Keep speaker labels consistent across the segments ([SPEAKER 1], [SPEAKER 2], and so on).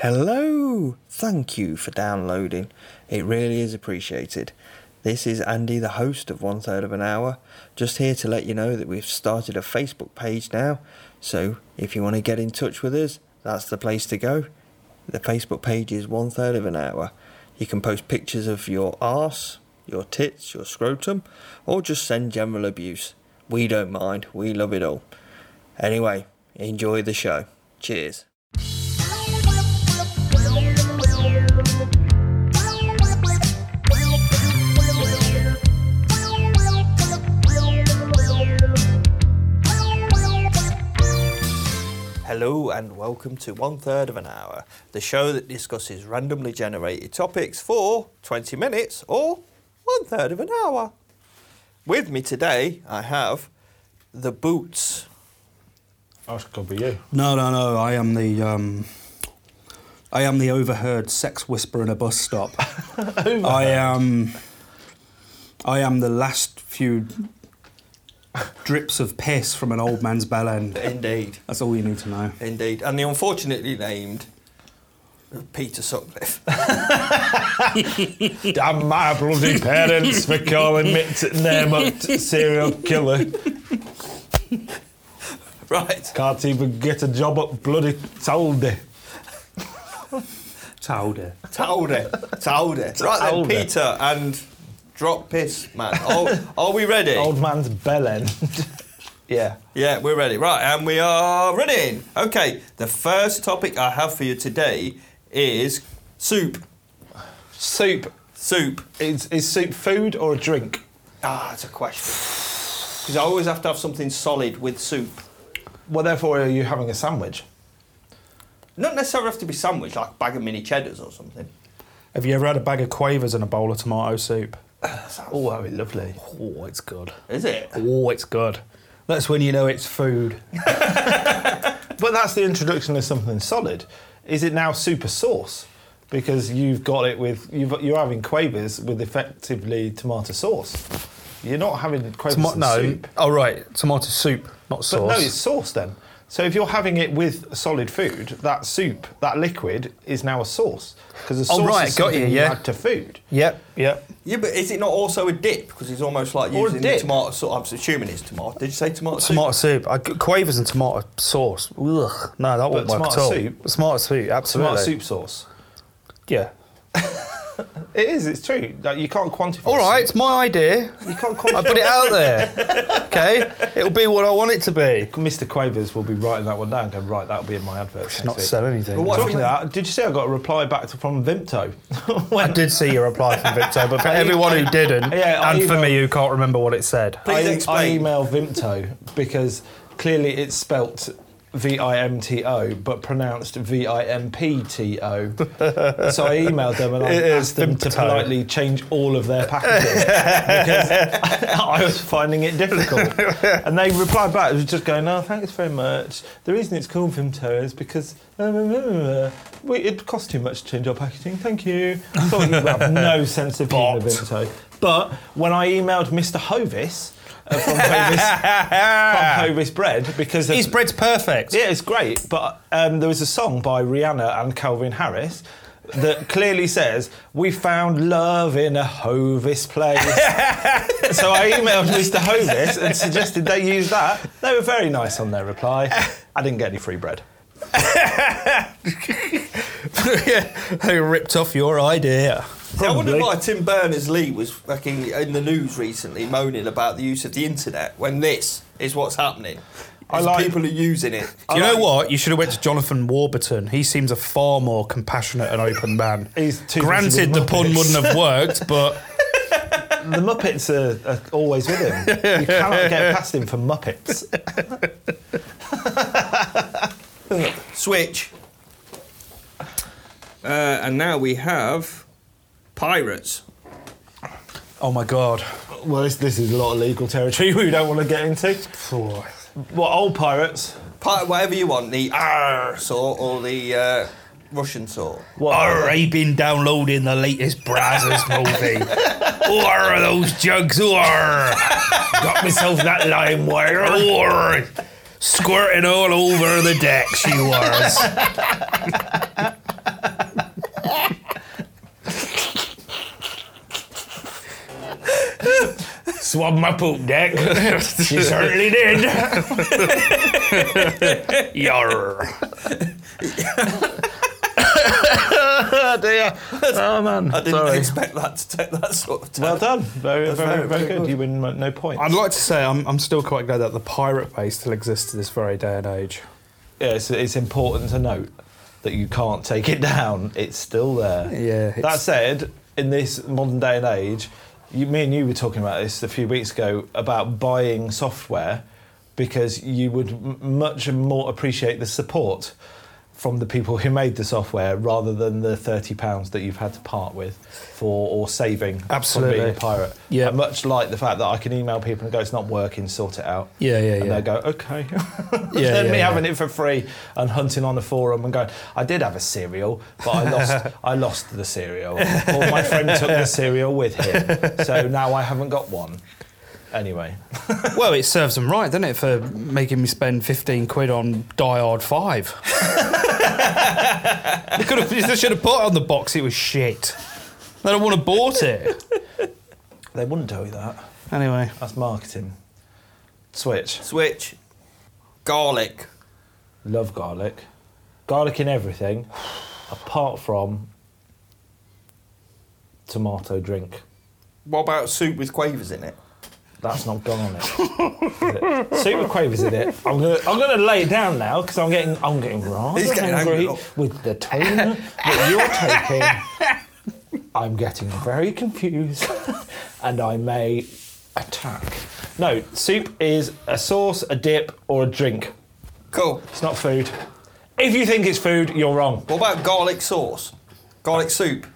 [SPEAKER 1] Hello! Thank you for downloading. It really is appreciated. This is Andy, the host of One Third of an Hour, just here to let you know that we've started a Facebook page now. So if you want to get in touch with us, that's the place to go. The Facebook page is One Third of an Hour. You can post pictures of your arse, your tits, your scrotum, or just send general abuse. We don't mind, we love it all. Anyway, enjoy the show. Cheers. Hello and welcome to One Third of an Hour, the show that discusses randomly generated topics for 20 minutes or one third of an hour. With me today, I have the boots.
[SPEAKER 2] That's could be you.
[SPEAKER 3] No, no, no. I am the um, I am the overheard sex whisperer in a bus stop. I am I am the last few drips of piss from an old man's bell end.
[SPEAKER 1] Indeed,
[SPEAKER 3] That's all you need to know.
[SPEAKER 1] indeed. And the unfortunately named Peter Sutcliffe.
[SPEAKER 2] Damn my bloody parents for calling me t- name a t- serial killer.
[SPEAKER 1] right.
[SPEAKER 2] Can't even get a job at bloody Taldy.
[SPEAKER 3] Towder.
[SPEAKER 1] Told it. Told it. Right then,
[SPEAKER 2] Told it.
[SPEAKER 1] Peter and drop piss, man. Are, are we ready?
[SPEAKER 2] Old man's bell end. yeah.
[SPEAKER 1] Yeah, we're ready. Right, and we are running. Okay, the first topic I have for you today is soup.
[SPEAKER 2] Soup.
[SPEAKER 1] Soup.
[SPEAKER 2] Is, is soup food or a drink?
[SPEAKER 1] Ah, it's a question. Because I always have to have something solid with soup.
[SPEAKER 2] Well, therefore, are you having a sandwich?
[SPEAKER 1] Not necessarily have to be sandwich, like a bag of mini cheddars or something.
[SPEAKER 4] Have you ever had a bag of quavers and a bowl of tomato soup?
[SPEAKER 2] Oh, that'd be lovely.
[SPEAKER 4] Oh, it's good.
[SPEAKER 1] Is it?
[SPEAKER 4] Oh, it's good. That's when you know it's food.
[SPEAKER 2] But that's the introduction of something solid. Is it now super sauce? Because you've got it with you've, you're having quavers with effectively tomato sauce. You're not having quavers
[SPEAKER 4] Tomato
[SPEAKER 2] and
[SPEAKER 4] no.
[SPEAKER 2] soup.
[SPEAKER 4] Oh, right. Tomato soup, not
[SPEAKER 2] But
[SPEAKER 4] sauce.
[SPEAKER 2] no, it's sauce then. So if you're having it with solid food, that soup, that liquid is now a sauce because a
[SPEAKER 4] Oh,
[SPEAKER 2] sauce
[SPEAKER 4] right,
[SPEAKER 2] is
[SPEAKER 4] got
[SPEAKER 2] something
[SPEAKER 4] you,
[SPEAKER 2] you,
[SPEAKER 4] yeah.
[SPEAKER 2] add to food.
[SPEAKER 4] Yep, yep.
[SPEAKER 1] Yeah, but is it not also a dip? Because it's almost like
[SPEAKER 2] Or a
[SPEAKER 1] using
[SPEAKER 2] dip.
[SPEAKER 1] tomato sauce. I'm assuming it's tomato. Did you say tomato soup?
[SPEAKER 4] Tomato soup. I, quavers and tomato sauce. Ugh. No, that won't work at
[SPEAKER 2] tomato
[SPEAKER 4] all.
[SPEAKER 2] soup-
[SPEAKER 4] Tomato soup, absolutely.
[SPEAKER 2] Tomato soup sauce.
[SPEAKER 4] Yeah.
[SPEAKER 2] It is. It's true. Like, you can't quantify.
[SPEAKER 4] All right, it's my idea.
[SPEAKER 2] soup. You can't
[SPEAKER 4] I
[SPEAKER 2] quantify.
[SPEAKER 4] put it out there. Okay? It'll be what I want it to be.
[SPEAKER 2] Mr. Quavers will be writing that one down. Going right, that'll be in my advert. next
[SPEAKER 4] Not
[SPEAKER 2] week.
[SPEAKER 4] sell anything.
[SPEAKER 1] what-
[SPEAKER 2] Talking of that, did you see I got a reply back to, from Vimto?
[SPEAKER 4] I did see your reply from Victor, but for everyone who didn't,
[SPEAKER 2] Yeah, I
[SPEAKER 4] and for
[SPEAKER 2] emailed-
[SPEAKER 4] me who can't remember what it said,
[SPEAKER 1] Please
[SPEAKER 2] I, I
[SPEAKER 1] explain.
[SPEAKER 2] email Vimto because clearly it's spelt V I M T O but pronounced V I M P T O. So I emailed them and I
[SPEAKER 4] It is
[SPEAKER 2] asked them to
[SPEAKER 4] Vimto.
[SPEAKER 2] politely change all of their packages because I was finding it difficult. And they replied back, it was just going, "No, thanks very much. The reason it's called Vimto is because uh, we, it costs too much to change our packaging. Thank you." I thought you have no sense of humour, Vimto. But when I emailed Mr. Hovis uh, from Hovis,
[SPEAKER 3] Ah.
[SPEAKER 2] from Hovis Bread, because of-
[SPEAKER 4] his bread's perfect.
[SPEAKER 2] yeah, it's great. But um, there was a song by Rihanna and Calvin Harris that clearly says, We found love in a Hovis place. so I emailed Mr. Hovis and suggested they use that. They were very nice on their reply. I didn't get any free bread.
[SPEAKER 4] Who ripped off your idea?
[SPEAKER 1] See, I wonder why Tim Berners Lee was fucking in the news recently moaning about the use of the internet when this is what's happening. I
[SPEAKER 2] like-
[SPEAKER 1] people are using it.
[SPEAKER 4] You know what? You should have went to Jonathan Warburton. He seems a far more compassionate and open man.
[SPEAKER 2] He's too busy
[SPEAKER 4] Granted,
[SPEAKER 2] with
[SPEAKER 4] the pun
[SPEAKER 2] Muppets.
[SPEAKER 4] wouldn't have worked, but
[SPEAKER 2] The Muppets are, are always with him. You cannot get past him for Muppets.
[SPEAKER 1] Switch. Uh, and now we have pirates.
[SPEAKER 4] oh my god,
[SPEAKER 2] Well, this, this is a lot of legal territory we don't want to get into. Well, old pirates.
[SPEAKER 1] Pi- whatever you want, the R sort or the uh, Russian sort.
[SPEAKER 2] What?
[SPEAKER 4] Arr, I've been downloading the latest Brazzers movie. Or those jugs, or got myself that lime wire, or squirting all over the deck. She was. swab my poop deck. she certainly did. Yarr.
[SPEAKER 2] Oh dear. Oh man.
[SPEAKER 1] I didn't
[SPEAKER 2] Sorry.
[SPEAKER 1] expect that to take that sort of time.
[SPEAKER 2] Well done. Very, very,
[SPEAKER 1] very
[SPEAKER 2] very good.
[SPEAKER 1] good.
[SPEAKER 2] You win mo- no points.
[SPEAKER 5] I'd like to say I'm, I'm still quite glad that the pirate base still exists to this very day and age.
[SPEAKER 2] yeah, it's, it's important to note that you can't take it down. It's still there.
[SPEAKER 5] Yeah,
[SPEAKER 2] That
[SPEAKER 5] it's-
[SPEAKER 2] said, in this modern day and age, you, me and you were talking about this a few weeks ago about buying software because you would m- much more appreciate the support from the people who made the software rather than the thirty pounds that you've had to part with for or saving from
[SPEAKER 5] Absolutely.
[SPEAKER 2] being a pirate.
[SPEAKER 5] Yeah.
[SPEAKER 2] I much like the fact that I can email people and go, "It's not working, sort it out."
[SPEAKER 5] Yeah, yeah,
[SPEAKER 2] and they
[SPEAKER 5] yeah.
[SPEAKER 2] go, "Okay."
[SPEAKER 5] Yeah,
[SPEAKER 2] than
[SPEAKER 5] yeah,
[SPEAKER 2] me
[SPEAKER 5] yeah.
[SPEAKER 2] having it for free and hunting on a forum and going, I did have a cereal, but I lost I lost the cereal. Or my friend took the cereal with him. So now I haven't got one. Anyway.
[SPEAKER 5] Well, it serves them right, doesn't it, for making me spend 15 quid on Diode 5. they, could have, they should have put it on the box, it was shit. They don't want to bought it.
[SPEAKER 2] They wouldn't tell you that.
[SPEAKER 5] Anyway.
[SPEAKER 2] That's marketing. Switch.
[SPEAKER 1] Switch. Garlic.
[SPEAKER 2] Love garlic. Garlic in everything apart from tomato drink.
[SPEAKER 1] What about soup with quavers in it?
[SPEAKER 2] That's not garlic. Soup with quavers in it. I'm gonna, I'm gonna lay it down now because I'm getting, I'm getting rather
[SPEAKER 1] He's getting
[SPEAKER 2] angry
[SPEAKER 1] angry. Oh.
[SPEAKER 2] with the tone that you're taking. I'm getting very confused, and I may attack. No, soup is a sauce, a dip, or a drink.
[SPEAKER 1] Cool.
[SPEAKER 2] It's not food. If you think it's food, you're wrong.
[SPEAKER 1] What about garlic sauce? Garlic soup.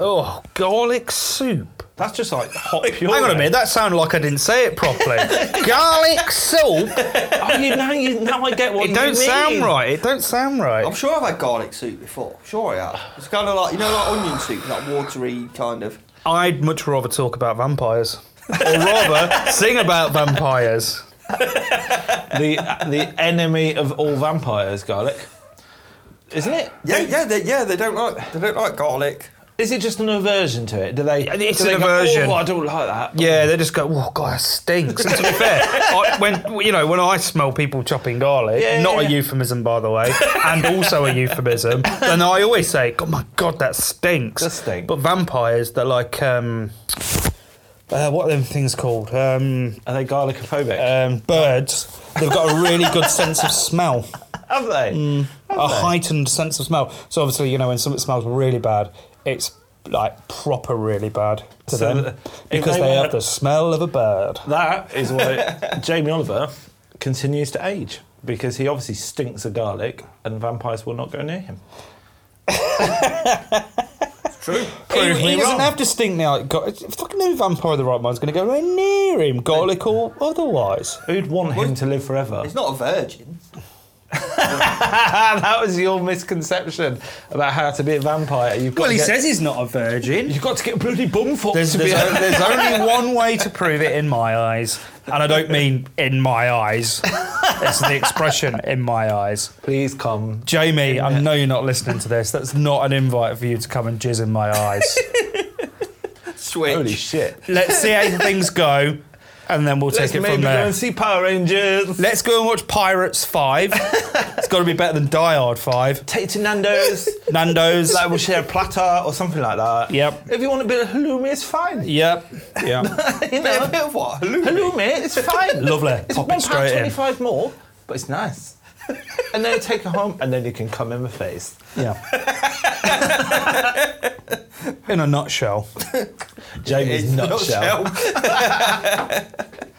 [SPEAKER 5] Oh, garlic soup.
[SPEAKER 2] That's just like hot pure.
[SPEAKER 5] Hang on a minute, that sounded like I didn't say it properly. garlic soup?
[SPEAKER 2] Oh, you, now, you, now I get what
[SPEAKER 5] It
[SPEAKER 2] you
[SPEAKER 5] don't
[SPEAKER 2] mean.
[SPEAKER 5] sound right. It don't sound right.
[SPEAKER 1] I'm sure I've had garlic soup before. Sure I have. It's kind of like, you know, like onion soup, that watery kind of.
[SPEAKER 5] I'd much rather talk about vampires. or rather, sing about vampires.
[SPEAKER 2] the the enemy of all vampires, garlic. Isn't it?
[SPEAKER 1] Yeah, yeah, they, yeah. They don't like they don't like garlic.
[SPEAKER 2] Is it just an aversion to it? Do they?
[SPEAKER 5] It's
[SPEAKER 2] do they
[SPEAKER 5] an
[SPEAKER 2] go,
[SPEAKER 5] aversion.
[SPEAKER 2] Oh, I don't like that.
[SPEAKER 5] Yeah, they just go, oh god, that stinks. And to be fair, I, when you know when I smell people chopping garlic,
[SPEAKER 2] Yeah,
[SPEAKER 5] not
[SPEAKER 2] yeah.
[SPEAKER 5] a euphemism by the way, and also a euphemism, then I always say, oh my god, that stinks.
[SPEAKER 2] Does stink.
[SPEAKER 5] But vampires, they're like, um, uh, what are them things called? Um,
[SPEAKER 2] Are they garlicophobic?
[SPEAKER 5] um, birds. They've got a really good sense of smell.
[SPEAKER 2] Have they?
[SPEAKER 5] a heightened sense of smell. So obviously, you know, when something smells really bad, it's like proper really bad
[SPEAKER 2] So
[SPEAKER 5] to them
[SPEAKER 2] th- if
[SPEAKER 5] because
[SPEAKER 2] they
[SPEAKER 5] they, have
[SPEAKER 2] want-
[SPEAKER 5] the smell of a bird.
[SPEAKER 2] That is why Jamie Oliver continues to age because he obviously stinks of garlic, and vampires will not go near him.
[SPEAKER 1] True.
[SPEAKER 5] He,
[SPEAKER 2] me
[SPEAKER 5] he doesn't
[SPEAKER 2] wrong.
[SPEAKER 5] have to stink now. Like, God, fucking no vampire of the right mind's going to go right near him, garlic or otherwise.
[SPEAKER 2] Who'd want him to live forever?
[SPEAKER 1] It's not a virgin.
[SPEAKER 2] Ah, that was your misconception about how to be a vampire. You've got to get,
[SPEAKER 5] he's not a virgin.
[SPEAKER 2] you've got to get bloody bumfucked
[SPEAKER 5] There's,
[SPEAKER 2] to be.
[SPEAKER 5] there's,
[SPEAKER 2] a-
[SPEAKER 5] o- there's only one way to prove it in my eyes, and I don't mean in my eyes. It's the expression in my eyes.
[SPEAKER 2] Please come.
[SPEAKER 5] Jamie, I know you're not listening to this. That's not an invite for you to come and jizz in my eyes.
[SPEAKER 1] Switch.
[SPEAKER 2] Holy shit.
[SPEAKER 5] Let's see how things go, and then we'll take
[SPEAKER 2] Let's
[SPEAKER 5] it
[SPEAKER 2] maybe
[SPEAKER 5] from
[SPEAKER 2] go
[SPEAKER 5] there.
[SPEAKER 2] and see Power Rangers.
[SPEAKER 5] Let's go and watch Pirates 5. it's got to be better than Die Hard 5.
[SPEAKER 2] Take to Nando's.
[SPEAKER 5] Nando's.
[SPEAKER 2] like we'll share a platter or something like that.
[SPEAKER 5] Yep.
[SPEAKER 2] If you want a bit of halloumi, it's fine.
[SPEAKER 5] yep. Yep.
[SPEAKER 2] You
[SPEAKER 1] Bit,
[SPEAKER 2] know,
[SPEAKER 1] bit of what? Halloumi.
[SPEAKER 2] halloumi, it's fine.
[SPEAKER 5] Lovely.
[SPEAKER 2] It's one
[SPEAKER 5] Pop it
[SPEAKER 2] pound
[SPEAKER 5] straight in.
[SPEAKER 2] twenty-five more, but it's nice. and then you take it home, and then you can come in my face.
[SPEAKER 5] Yeah. In a nutshell,
[SPEAKER 2] Jamie's nutshell.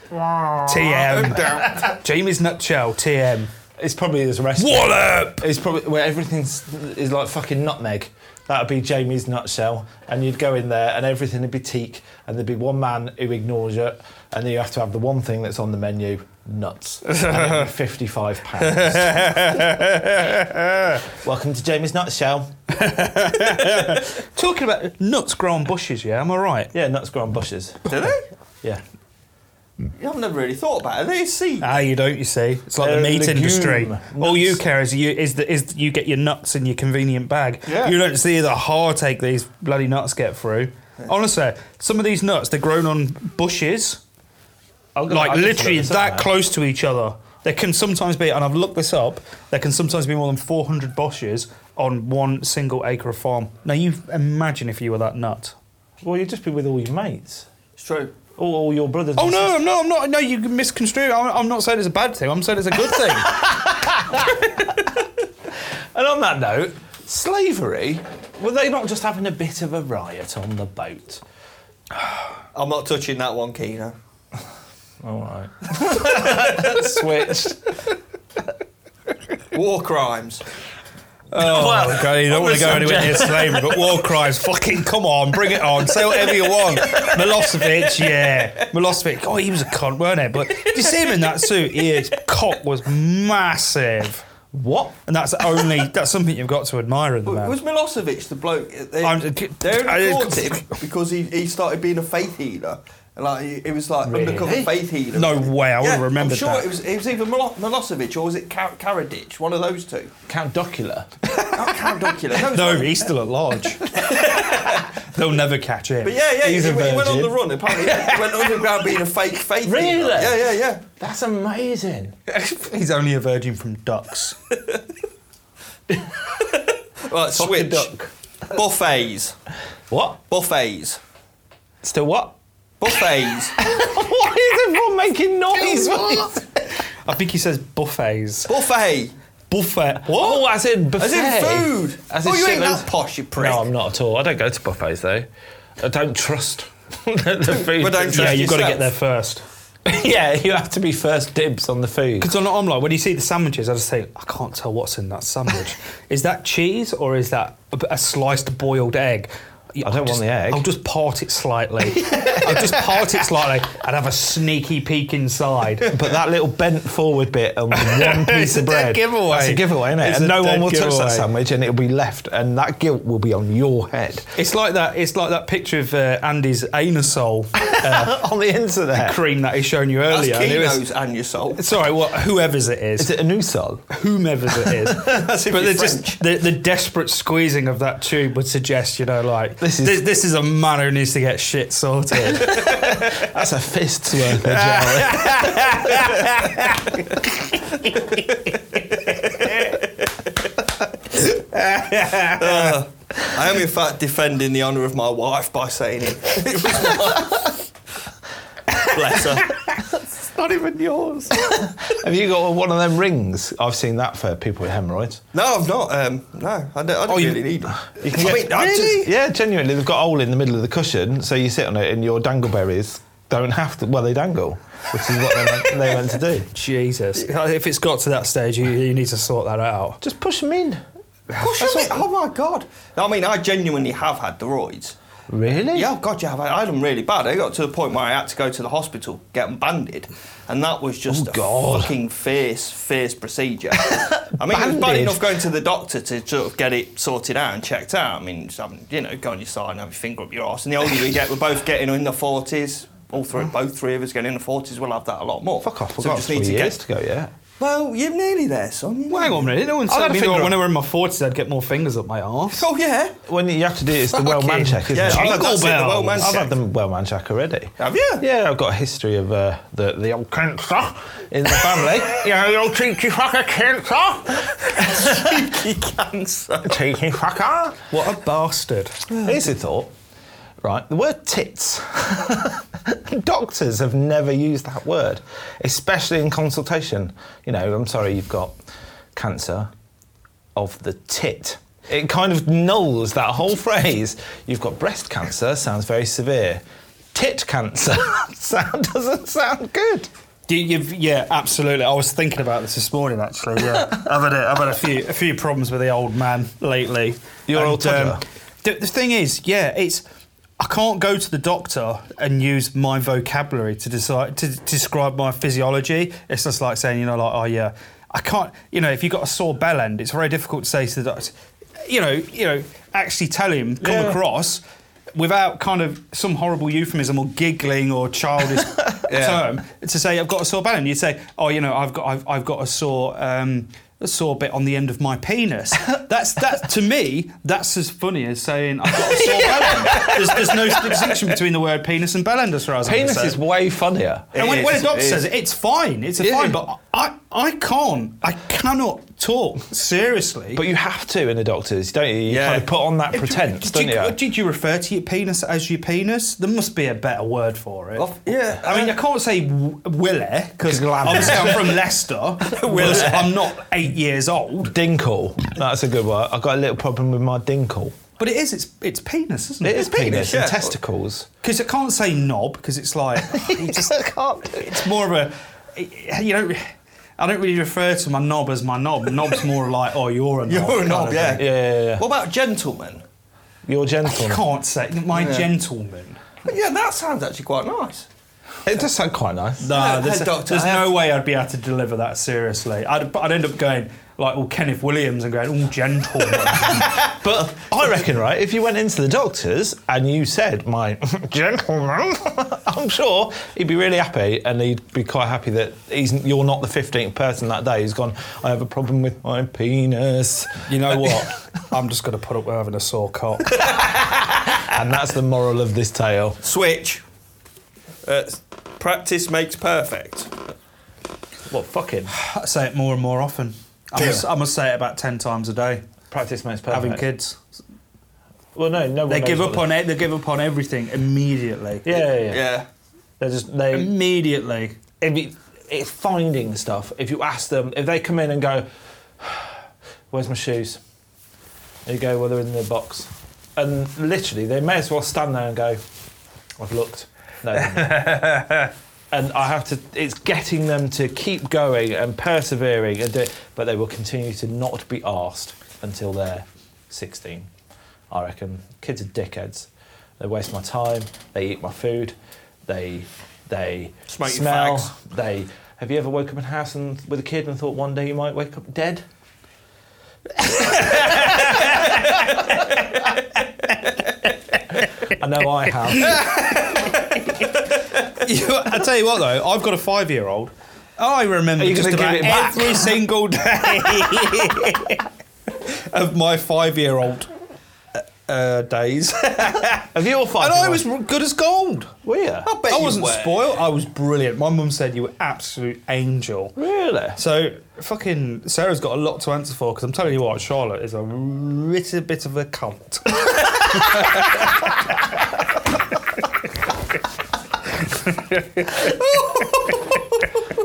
[SPEAKER 5] TM. Jamie's nutshell, TM.
[SPEAKER 2] It's probably this rest.
[SPEAKER 5] Wallop!
[SPEAKER 2] It's probably where everything's is like fucking nutmeg. That'd be Jamie's nutshell, and you'd go in there, and everything would be teak, and there'd be one man who ignores you, and then you have to have the one thing that's on the menu, nuts, and it'd be fifty-five pounds. Welcome to Jamie's nutshell.
[SPEAKER 5] Talking about nuts growing bushes, yeah, am I right?
[SPEAKER 2] Yeah, nuts grow on bushes.
[SPEAKER 1] Do they?
[SPEAKER 2] Yeah.
[SPEAKER 1] I've never really thought about it. They see.
[SPEAKER 5] Ah, you don't. You see, it's like
[SPEAKER 2] They're
[SPEAKER 5] the meat
[SPEAKER 2] Uh, legume
[SPEAKER 5] industry. All you
[SPEAKER 2] nuts.
[SPEAKER 5] care is you is that is you get your nuts in your convenient bag.
[SPEAKER 1] Yeah.
[SPEAKER 5] You don't see the heartache these bloody nuts get through. Honestly, some of these nuts they're grown on bushes.
[SPEAKER 2] I'll go- I
[SPEAKER 5] like
[SPEAKER 2] can
[SPEAKER 5] literally
[SPEAKER 2] look this up
[SPEAKER 5] that
[SPEAKER 2] now.
[SPEAKER 5] close to each other. There can sometimes be, and I've looked this up. There can sometimes be more than 400 Bosches on one single acre of farm. Now you imagine if you were that nut.
[SPEAKER 2] Well, you'd just be with all your mates,
[SPEAKER 3] It's true.
[SPEAKER 2] all, all your brothers.
[SPEAKER 5] Oh
[SPEAKER 2] and
[SPEAKER 5] no, I'm not. I'm not. No, you misconstrue. it. I'm, I'm not saying it's a bad thing. I'm saying it's a good thing.
[SPEAKER 2] And on that note, slavery, were they not just having a bit of a riot on the boat?
[SPEAKER 1] I'm not touching that one, Keno.
[SPEAKER 2] All right. Switched.
[SPEAKER 1] War crimes.
[SPEAKER 5] Oh, God, you don't want to go anywhere near slavery, but war crimes, fucking come on, bring it on, say whatever you want. Milosevic, yeah. Milosevic, oh, he was a cunt, weren't he? But did you see him in that suit? His cock was massive. What? And that's only, that's something you've got to admire in the man.
[SPEAKER 1] Was Milosevic the bloke? uh, They,
[SPEAKER 5] I'm- uh,
[SPEAKER 1] they only
[SPEAKER 5] I-
[SPEAKER 1] caught him because he, he started being a faith healer. And, Like he- he was like undercover faith healer.
[SPEAKER 5] No way, I would have
[SPEAKER 1] Yeah,
[SPEAKER 5] remembered
[SPEAKER 1] I'm sure
[SPEAKER 5] that.
[SPEAKER 1] it was. It was either Milo- Milosevic or was it Kar- Karadzic? One of those two.
[SPEAKER 2] Count Docula.
[SPEAKER 1] Not Karadzic. No, it's
[SPEAKER 5] no,
[SPEAKER 1] not.
[SPEAKER 5] he's still at large. They'll never catch him.
[SPEAKER 1] But yeah, yeah,
[SPEAKER 5] he's
[SPEAKER 1] he,
[SPEAKER 5] a
[SPEAKER 1] he went on
[SPEAKER 5] virgin.
[SPEAKER 1] the run. Apparently, he went underground being a fake faith.
[SPEAKER 2] Really?
[SPEAKER 1] healer. Yeah, yeah, yeah.
[SPEAKER 2] That's amazing.
[SPEAKER 5] he's only a virgin from ducks.
[SPEAKER 1] Right, switch.
[SPEAKER 2] duck.
[SPEAKER 1] Buffets.
[SPEAKER 2] What?
[SPEAKER 1] Buffets.
[SPEAKER 2] Still what?
[SPEAKER 1] Buffets.
[SPEAKER 2] Why is everyone making noise?
[SPEAKER 5] I think he says buffets.
[SPEAKER 1] Buffet.
[SPEAKER 5] Buffet. What?
[SPEAKER 2] Oh, as in buffet.
[SPEAKER 1] As in food.
[SPEAKER 2] As in
[SPEAKER 1] oh, you ain't
[SPEAKER 2] shitloads-
[SPEAKER 1] that posh, you prick.
[SPEAKER 2] No, I'm not at all. I don't go to buffets though. I don't trust the, the food.
[SPEAKER 1] But don't
[SPEAKER 5] Yeah,
[SPEAKER 1] trust
[SPEAKER 5] you've got to
[SPEAKER 1] yourself.
[SPEAKER 5] get there first.
[SPEAKER 2] yeah, you have to be first dibs on the food.
[SPEAKER 5] Because I'm, I'm like, when you see the sandwiches, I just think, I can't tell what's in that sandwich. is that cheese or is that a, a sliced boiled egg? I
[SPEAKER 2] don't want the egg.
[SPEAKER 5] I'll just part it slightly. I'll just part it slightly and have a sneaky peek inside.
[SPEAKER 2] But that little bent forward bit on one piece
[SPEAKER 5] a
[SPEAKER 2] of
[SPEAKER 5] dead
[SPEAKER 2] bread.
[SPEAKER 5] giveaway.
[SPEAKER 2] That's a giveaway, isn't it?
[SPEAKER 5] It's
[SPEAKER 2] and
[SPEAKER 5] a
[SPEAKER 2] no one
[SPEAKER 5] dead
[SPEAKER 2] will touch
[SPEAKER 5] giveaway.
[SPEAKER 2] that sandwich and it'll be left and that guilt will be on your head.
[SPEAKER 5] It's like that. It's like that picture of uh, Andy's anusol uh,
[SPEAKER 2] on the internet.
[SPEAKER 5] cream that he's shown you
[SPEAKER 1] That's
[SPEAKER 5] earlier. and it was-
[SPEAKER 1] Keno's and your soul.
[SPEAKER 5] sorry, what? whoever's it is.
[SPEAKER 2] Is it a new sol?
[SPEAKER 5] whomever's it is.
[SPEAKER 1] if
[SPEAKER 5] but
[SPEAKER 1] you're
[SPEAKER 5] they're just the, the desperate squeezing of that tube would suggest, you know, like
[SPEAKER 2] This
[SPEAKER 5] this
[SPEAKER 2] is-
[SPEAKER 5] is this, is a man who needs to get shit sorted.
[SPEAKER 2] That's a fist's worth of jelly.
[SPEAKER 1] I am, in fact, defending the honour of my wife by saying it. it was my... Bless her.
[SPEAKER 2] it's not even yours. Have you got one of them rings? I've seen that for people with hemorrhoids.
[SPEAKER 1] No, I've not. Um, no, I don't, I don't
[SPEAKER 2] Oh, you-
[SPEAKER 1] really need it.
[SPEAKER 2] You can
[SPEAKER 1] I
[SPEAKER 2] get-
[SPEAKER 1] mean, I just-
[SPEAKER 2] yeah, genuinely, they've got a hole in the middle of the cushion, so you sit on it and your dangleberries don't have to. Well, they dangle, which is what they're meant, they're meant to do.
[SPEAKER 5] Jesus, if it's got to that stage, you, you need to sort that out.
[SPEAKER 2] Just push them in.
[SPEAKER 1] Gosh, I mean, oh my god! I mean, I genuinely have had the roids.
[SPEAKER 2] Really?
[SPEAKER 1] Yeah, oh god, yeah, I've had, I had them really bad. I got to the point where I had to go to the hospital, get them banded, and that was just
[SPEAKER 2] Oh,
[SPEAKER 1] a
[SPEAKER 2] God.
[SPEAKER 1] fucking fierce, fierce procedure. I mean, it was bad
[SPEAKER 2] Banded?
[SPEAKER 1] enough going to the doctor to sort of get it sorted out and checked out. I mean, just having, you know, go on your side and have your finger up your arse. And the older we get, we're both getting in the forties. All three, both three of us getting in the forties, we'll have that a lot more.
[SPEAKER 2] Oh. Fuck off, we've
[SPEAKER 1] So we
[SPEAKER 2] got
[SPEAKER 1] just
[SPEAKER 2] three
[SPEAKER 1] need to
[SPEAKER 2] years
[SPEAKER 1] get.
[SPEAKER 2] to go, yeah.
[SPEAKER 1] Well, you're nearly there, son.
[SPEAKER 5] Well, hang on a minute. No one
[SPEAKER 2] had
[SPEAKER 5] said
[SPEAKER 2] a
[SPEAKER 5] me
[SPEAKER 2] finger
[SPEAKER 5] that
[SPEAKER 2] up.
[SPEAKER 5] when I were in my forties, I'd get more fingers up my arse.
[SPEAKER 1] Oh yeah.
[SPEAKER 2] When you have to do it, it's the well man
[SPEAKER 5] Fucking
[SPEAKER 2] check, isn't
[SPEAKER 1] yeah,
[SPEAKER 2] it?
[SPEAKER 1] I've had that
[SPEAKER 2] Jingle
[SPEAKER 1] since the well
[SPEAKER 2] bells.
[SPEAKER 1] man
[SPEAKER 2] I've
[SPEAKER 1] check.
[SPEAKER 2] had the well man check already.
[SPEAKER 1] Have you?
[SPEAKER 2] Yeah, I've got a history of uh, the, the old cancer in the family. yeah, the old cheeky fucker cancer.
[SPEAKER 1] He cancer.
[SPEAKER 2] cheeky fucker.
[SPEAKER 5] What a bastard!
[SPEAKER 2] Here's a thought. Right, the word tits. Doctors have never used that word, especially in consultation. You know, I'm sorry, you've got cancer of the tit. It kind of nulls that whole phrase. You've got breast cancer, sounds very severe. Tit cancer sound doesn't sound good.
[SPEAKER 5] Do you- you've- yeah, absolutely. I was thinking about this this morning, actually. Yeah, I've had a, I've had a few a few problems with the old man lately. um,
[SPEAKER 2] Your old toddler?
[SPEAKER 5] the, the thing is, yeah, it's I can't go to the doctor and use my vocabulary to decide to describe my physiology. It's just like saying, you know, like oh yeah, I can't. You know, if you've got a sore bell end, it's very difficult to say to the doctor. You know, you know, actually tell him come
[SPEAKER 2] Yeah.
[SPEAKER 5] across. Without kind of some horrible euphemism or giggling or childish term, to say I've got a sore bell, and you'd say, oh, you know, I've got I've, I've got a sore um, a sore bit on the end of my penis. That's that to me. That's as funny as saying I've got a sore bell end. There's, there's no distinction between the word penis and bell end as far as I'm
[SPEAKER 2] Penis
[SPEAKER 5] concerned.
[SPEAKER 2] is way funnier.
[SPEAKER 5] And when,
[SPEAKER 2] It
[SPEAKER 5] when a
[SPEAKER 2] is,
[SPEAKER 5] doctor
[SPEAKER 2] it is.
[SPEAKER 5] says it, it's fine, it's a
[SPEAKER 2] Yeah.
[SPEAKER 5] fine, but I, I can't, I cannot talk seriously.
[SPEAKER 2] But you have to in the doctors, don't you? You
[SPEAKER 1] Yeah.
[SPEAKER 2] kind of put on that
[SPEAKER 5] Did you-
[SPEAKER 2] pretense,
[SPEAKER 5] did
[SPEAKER 2] don't
[SPEAKER 5] you,
[SPEAKER 2] you?
[SPEAKER 5] Did you refer to your penis as your penis? There must be a better word for it.
[SPEAKER 1] yeah.
[SPEAKER 5] I mean, I can't say w- willy because obviously I'm from Leicester. Willy. I'm not eight years old.
[SPEAKER 2] Dinkle. That's a good one. I've got a little problem with my dinkle.
[SPEAKER 5] But it is. It's it's penis, isn't
[SPEAKER 2] It
[SPEAKER 5] it?
[SPEAKER 2] is penis,
[SPEAKER 1] yeah.
[SPEAKER 2] and testicles.
[SPEAKER 5] Because I can't say knob because it's like you just can't. It's more of a you know. I don't really refer to my knob as my knob. Knob's more like oh you're a knob.
[SPEAKER 1] You're a
[SPEAKER 5] kind
[SPEAKER 1] knob,
[SPEAKER 5] of
[SPEAKER 1] yeah.
[SPEAKER 5] thing.
[SPEAKER 2] Yeah, yeah, yeah.
[SPEAKER 1] What about gentleman?
[SPEAKER 2] You're
[SPEAKER 5] I
[SPEAKER 2] gentleman.
[SPEAKER 5] can't say my gentleman.
[SPEAKER 1] Yeah, that sounds actually quite nice.
[SPEAKER 2] It does sound quite nice.
[SPEAKER 5] No,
[SPEAKER 1] Hey,
[SPEAKER 5] there's,
[SPEAKER 1] doctor,
[SPEAKER 5] there's
[SPEAKER 1] I have-
[SPEAKER 5] no way I'd be able to deliver that seriously. I'd, but I'd end up going like all Kenneth Williams and going all gentleman.
[SPEAKER 2] But I reckon, right, if you went into the doctors and you said, my gentleman, I'm sure he'd be really happy and he'd be quite happy that he's, you're not the 15th person that day who's gone, I have a problem with my penis.
[SPEAKER 4] You know what? I'm just going to put up with having a sore cock.
[SPEAKER 2] And that's the moral of this tale.
[SPEAKER 1] Switch. Uh, practice makes perfect.
[SPEAKER 2] Well, fucking.
[SPEAKER 5] I say it more and more often. I must, I must say it about ten times a day.
[SPEAKER 2] Practice makes perfect.
[SPEAKER 5] Having kids,
[SPEAKER 2] Well, no, no one
[SPEAKER 5] they
[SPEAKER 2] knows
[SPEAKER 5] give
[SPEAKER 2] what
[SPEAKER 5] up on it. They give up on everything immediately.
[SPEAKER 2] Yeah, yeah, yeah.
[SPEAKER 1] Yeah.
[SPEAKER 2] They're just, they,
[SPEAKER 5] Immediately.
[SPEAKER 2] it'd be, it's finding stuff. If you ask them, if they come in and go, "Where's my shoes?" They go, "Well, they're in the box," and literally, they may as well stand there and go, "I've looked." No. they're not." and I have to. It's getting them to keep going and persevering, and do it, but they will continue to not be asked until they're 16. I reckon kids are dickheads. They waste my time. They eat my food. They they
[SPEAKER 1] Smoke your
[SPEAKER 2] smell.
[SPEAKER 1] fags.
[SPEAKER 2] They have you ever woke up in a house and with a kid and thought one day you might wake up dead? I know I have.
[SPEAKER 5] I tell you what though, I've got a five-year-old. I remember
[SPEAKER 2] Are you
[SPEAKER 5] just
[SPEAKER 2] gonna
[SPEAKER 5] about
[SPEAKER 2] give it back?
[SPEAKER 5] every single day of my five-year-old uh, days, and
[SPEAKER 2] Have you all five?
[SPEAKER 5] I was good as gold.
[SPEAKER 2] Were you? I
[SPEAKER 5] I wasn't
[SPEAKER 1] were.
[SPEAKER 5] spoiled. I was brilliant. My mum said you were absolute angel.
[SPEAKER 2] Really?
[SPEAKER 5] So fucking Sarah's got a lot to answer for because I'm telling you what, Charlotte is a little bit of a cunt.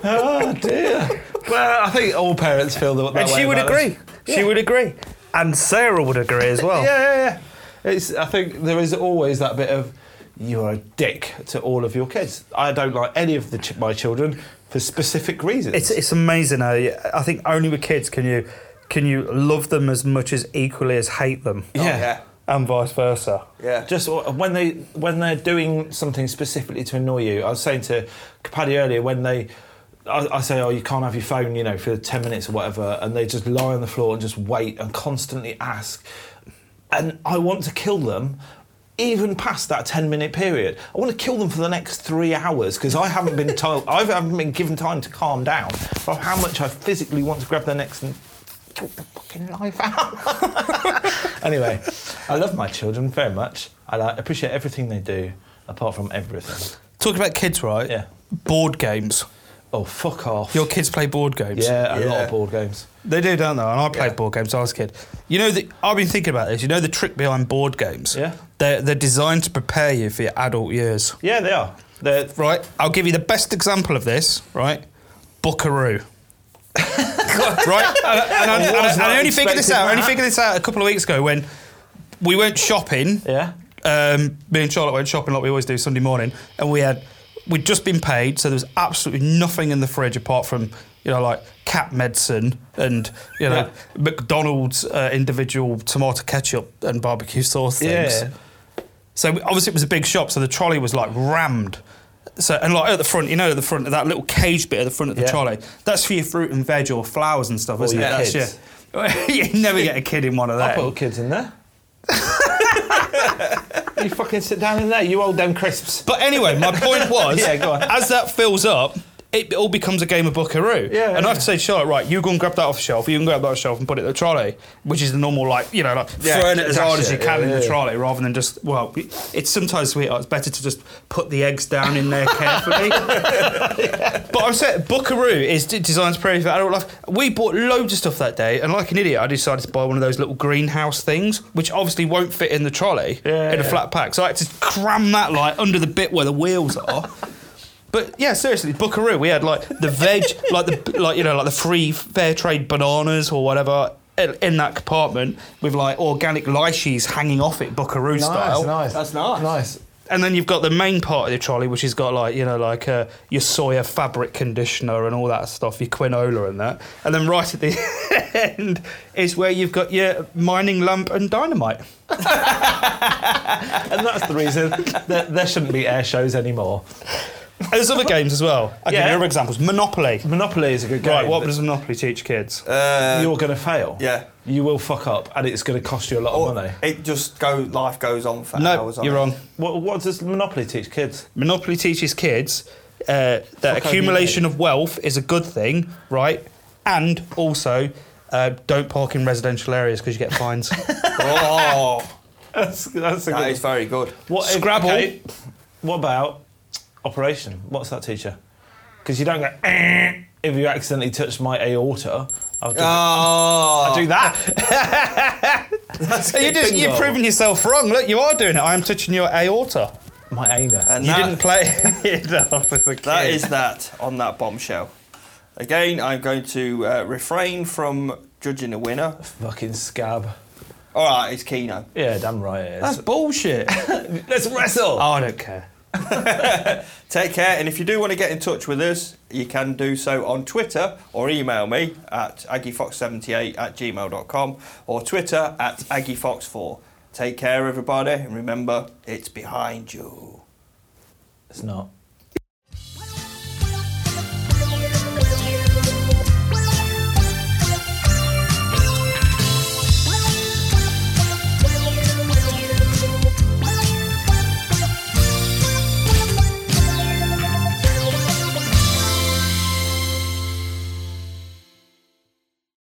[SPEAKER 2] Oh dear. Well, I think all parents feel that, that
[SPEAKER 5] and
[SPEAKER 2] way
[SPEAKER 5] she would
[SPEAKER 2] about this.
[SPEAKER 5] agree. She would agree. And Sarah would agree as well.
[SPEAKER 2] Yeah, yeah, yeah. It's, I think there is always that bit of you are a dick to all of your kids. I don't like any of the ch- my children for specific reasons.
[SPEAKER 5] It's it's amazing how you, I think only with kids can you can you love them as much as equally as hate them.
[SPEAKER 1] Oh, yeah.
[SPEAKER 5] And vice versa.
[SPEAKER 1] Yeah.
[SPEAKER 2] Just w- when they when they're doing something specifically to annoy you. I was saying to Paddy earlier when they. I, I say, oh, you can't have your phone, you know, for 10 minutes or whatever, and they just lie on the floor and just wait and constantly ask. And I want to kill them even past that 10 minute period. I want to kill them for the next three hours because I haven't been told, I haven't been given time to calm down from how much I physically want to grab their necks and kill the fucking life out. anyway, I love my children very much. I like, appreciate everything they do, apart from everything.
[SPEAKER 5] Talking about kids, right?
[SPEAKER 2] Yeah.
[SPEAKER 5] Board games.
[SPEAKER 2] Oh, fuck off.
[SPEAKER 5] Your kids play board games.
[SPEAKER 2] yeah, a lot
[SPEAKER 1] Yeah.
[SPEAKER 2] of board games.
[SPEAKER 5] They do, don't they? And I played board games when I was a kid. You know, the, I've been thinking about this. You know the trick behind board games?
[SPEAKER 2] Yeah.
[SPEAKER 5] They're, they're designed to prepare you for your adult years.
[SPEAKER 2] Yeah, they are. They're,
[SPEAKER 5] Right? I'll give you the best example of this, right? Buckaroo. right? And, I- and I- and I- and I only figured this out. I only figured this out a couple of weeks ago when we went shopping.
[SPEAKER 2] yeah.
[SPEAKER 5] Um, me and Charlotte went shopping like we always do Sunday morning, and we had we'd just been paid, so there was absolutely nothing in the fridge apart from you know like cat medicine and you know McDonald's uh, individual tomato ketchup and barbecue sauce things.
[SPEAKER 2] Yeah.
[SPEAKER 5] So we- obviously it was a big shop, so the trolley was like rammed. So and like at the front, you know, at the front, that little cage bit at the front of the
[SPEAKER 2] Yeah.
[SPEAKER 5] trolley, that's for your fruit and veg or flowers and stuff, isn't
[SPEAKER 2] your
[SPEAKER 5] it? That's
[SPEAKER 2] kids.
[SPEAKER 5] your- you never get a kid in one of
[SPEAKER 2] I put all
[SPEAKER 5] those.
[SPEAKER 2] kids in there. you fucking sit down in there, you old damn crisps.
[SPEAKER 5] But anyway, my point was,
[SPEAKER 2] Yeah, go on.
[SPEAKER 5] as that fills up, it all becomes a game of buckaroo.
[SPEAKER 2] Yeah,
[SPEAKER 5] And
[SPEAKER 2] yeah.
[SPEAKER 5] I have to say, to Charlotte, right, you go and grab that off the shelf, you can grab that off the shelf and put it in the trolley, which is the normal, like, you know, like throwing it as
[SPEAKER 2] dash
[SPEAKER 5] hard
[SPEAKER 2] it,
[SPEAKER 5] as you can
[SPEAKER 2] yeah,
[SPEAKER 5] in the
[SPEAKER 2] yeah.
[SPEAKER 5] trolley rather than just, well, it's sometimes, sweetheart, it's better to just put the eggs down in there carefully. But I'm saying Buckaroo is d- designed to pray for adult life. We bought loads of stuff that day, and like an idiot, I decided to buy one of those little greenhouse things, which obviously won't fit in the trolley
[SPEAKER 2] Yeah,
[SPEAKER 5] in a
[SPEAKER 2] yeah.
[SPEAKER 5] flat pack. So I had to cram that like under the bit where the wheels are. But yeah, seriously, Buckaroo. We had like the veg, like the like you know, like the free fair trade bananas or whatever in, in that compartment with like organic lychees hanging off it, Buckaroo style.
[SPEAKER 2] nice.
[SPEAKER 3] That's nice.
[SPEAKER 2] Nice.
[SPEAKER 5] And then you've got the main part of the trolley, which has got like you know like uh, your soya fabric conditioner and all that stuff, your quinola and that. And then right at the end is where you've got your mining lamp and dynamite.
[SPEAKER 2] And that's the reason that there shouldn't be air shows anymore.
[SPEAKER 5] And there's other games as well. Okay,
[SPEAKER 2] Yeah.
[SPEAKER 5] here are examples. Monopoly.
[SPEAKER 2] Monopoly is a good game.
[SPEAKER 5] Right, what
[SPEAKER 2] but
[SPEAKER 5] does Monopoly teach kids?
[SPEAKER 1] Uh,
[SPEAKER 2] you're going to fail.
[SPEAKER 1] yeah.
[SPEAKER 2] You will fuck up, and it's going to cost you a lot of money.
[SPEAKER 1] It just go. Life goes on for
[SPEAKER 5] no,
[SPEAKER 1] hours. on
[SPEAKER 5] you're
[SPEAKER 1] end.
[SPEAKER 5] wrong.
[SPEAKER 2] What, what does Monopoly teach kids?
[SPEAKER 5] Monopoly teaches kids uh, that
[SPEAKER 2] Fuck
[SPEAKER 5] accumulation of wealth is a good thing, right? And also, uh, don't park in residential areas because you get fines.
[SPEAKER 1] Oh,
[SPEAKER 2] That's, that's a
[SPEAKER 1] that
[SPEAKER 2] good
[SPEAKER 1] is very good.
[SPEAKER 2] What if-
[SPEAKER 5] Scrabble.
[SPEAKER 2] okay, what about operation? What's that teacher? Because you don't go "Eh," if you accidentally touch my aorta. I'll do,
[SPEAKER 1] Oh,
[SPEAKER 2] do that.
[SPEAKER 5] you just, you've proven yourself wrong. Look, you are doing it. I am touching your aorta.
[SPEAKER 2] My anus.
[SPEAKER 1] and
[SPEAKER 5] You
[SPEAKER 1] that-
[SPEAKER 5] didn't play enough as a kid.
[SPEAKER 1] That is that on that bombshell. Again, I'm going to uh, refrain from judging a winner.
[SPEAKER 2] Fucking scab.
[SPEAKER 1] All right, it's Keno.
[SPEAKER 2] Yeah, damn right it
[SPEAKER 5] That's
[SPEAKER 2] is.
[SPEAKER 5] bullshit. oh,
[SPEAKER 2] Let's
[SPEAKER 1] Ah.
[SPEAKER 2] wrestle.
[SPEAKER 5] I don't care.
[SPEAKER 1] Take care, and if you do want to get in touch with us, you can do so on Twitter or email me at aggiefox78 at gmail.com or Twitter at aggiefox4. Take care, everybody, and remember, it's behind you.
[SPEAKER 2] It's not.